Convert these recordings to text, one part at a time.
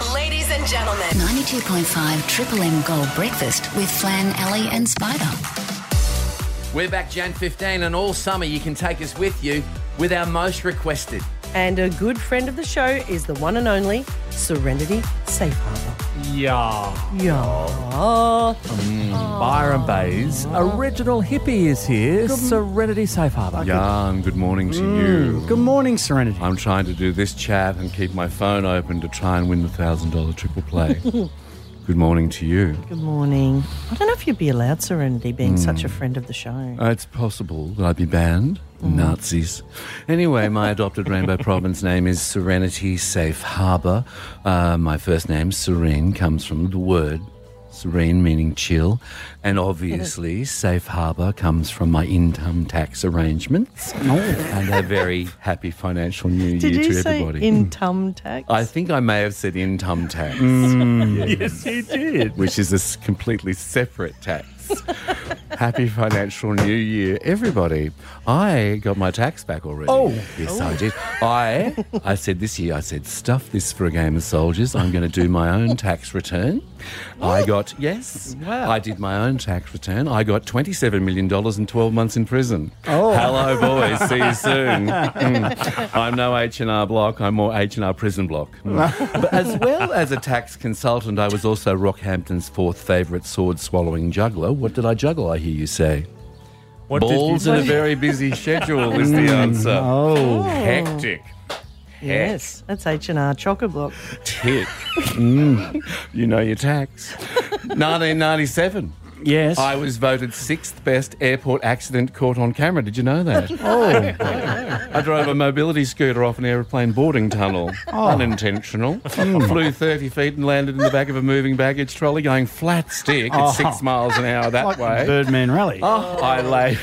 and gentlemen. 92.5 Triple M Gold Breakfast with Flan, Alley, and Spider. We're back Jan 15, and all summer you can take us with you with our most requested. And a good friend of the show is the one and only Serenity Safe Harbour. Yeah. Yeah. Byron Bay's original hippie is here. Serenity Safe Harbour. Jan, good morning to you. Good morning, Serenity. I'm trying to do this chat and keep my phone open to try and win the $1,000 triple play. good morning to you. Good morning. I don't know if you'd be allowed, Serenity, being such a friend of the show. Uh, it's possible that I'd be banned. Mm. Nazis. Anyway, my adopted Rainbow Province name is Serenity Safe Harbour. Uh, my first name, Serene, comes from the word serene, meaning chill. And obviously, Safe Harbour comes from my income tax arrangements. And a very happy financial new Oh. Did year you Hmm. to say everybody. in tum tax? I think I may have said income tax Mm. Yes, he did. which is a s- completely separate tax. Happy financial new year, everybody. I got my tax back already. Oh. Yes, I did. I, I said this year, I said, stuff this for a game of soldiers. I'm going to do my own tax return. I got, yes, Wow. I did my own tax return. I got $27 million and 12 months in prison. Oh. Hello, boys. See you soon. Mm. I'm no H&R Block. I'm more H&R Prison Block. Mm. but as well as a tax consultant, I was also Rockhampton's fourth favourite sword-swallowing juggler. What did I juggle, I hear you say? What did Balls you in a say? very busy schedule is the answer. Oh. Hectic. yes, that's H and R Chocolate Block. Tick. Mm. You know your tax. 1997. Yes. I was voted sixth best airport accident caught on camera. Did you know that? oh. I drove a mobility scooter off an airplane boarding tunnel. Oh. Unintentional. Hmm. I flew 30 feet and landed in the back of a moving baggage trolley going flat stick at six miles an hour that Oh. Like way. Birdman Rally. Oh, I lay.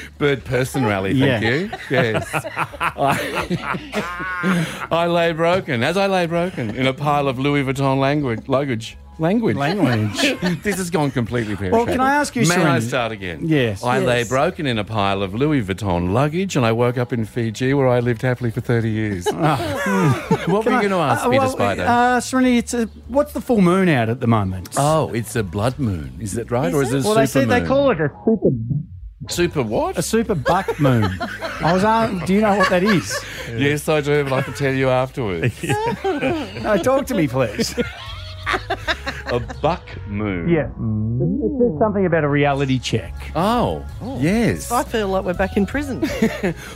Bird person rally, thank Yeah. you. Yes. I, I lay broken, as I lay broken, in a pile of Louis Vuitton language, luggage. Language. Language. this has gone completely pear Well, can I ask you, May I Serenity? start again? Yes. I lay Yes. broken in a pile of Louis Vuitton luggage and I woke up in Fiji where I lived happily for 30 years. what were you going to ask, Ah. Uh, Peter well, Spider? Uh, Serenity, it's a, what's the full moon out at the moment? oh, it's a blood moon. Is that right? Is or is it? it a well, super they said they moon? call it a super, Super what? a super buck moon. I was asking, do you know what that is? Yes, I do, but I can tell you afterwards. No, talk to me, please. a buck moon. Yeah. It says something about a reality check. Oh, yes. I feel like we're back in prison.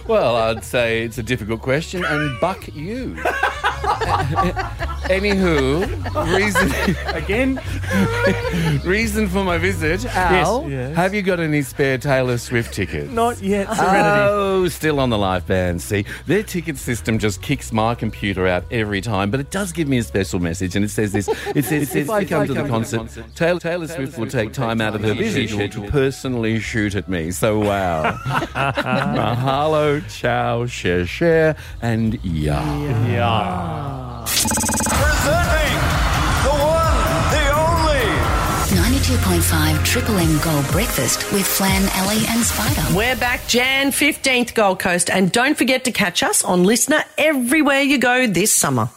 Well, I'd say it's a difficult question, and buck you. Anywho, reason. Again? Reason for my visit, Al. yes. Have you got any spare Taylor Swift tickets? Not yet, Serenity. Oh, still on the live band. See, their ticket system just kicks my computer out every time, but it does give me a special message, and it says this: it says, it says if you come to the concert, Taylor, Taylor Swift will take time out of her busy schedule to personally shoot at me. So wow, mahalo, ciao, share, share, and yeah. yeah. Presenting the one, the only. 92.5 Triple M Gold Breakfast with Flan, Alley, and Spider. We're back Jan 15th Gold Coast and don't forget to catch us on Listener everywhere you go this summer.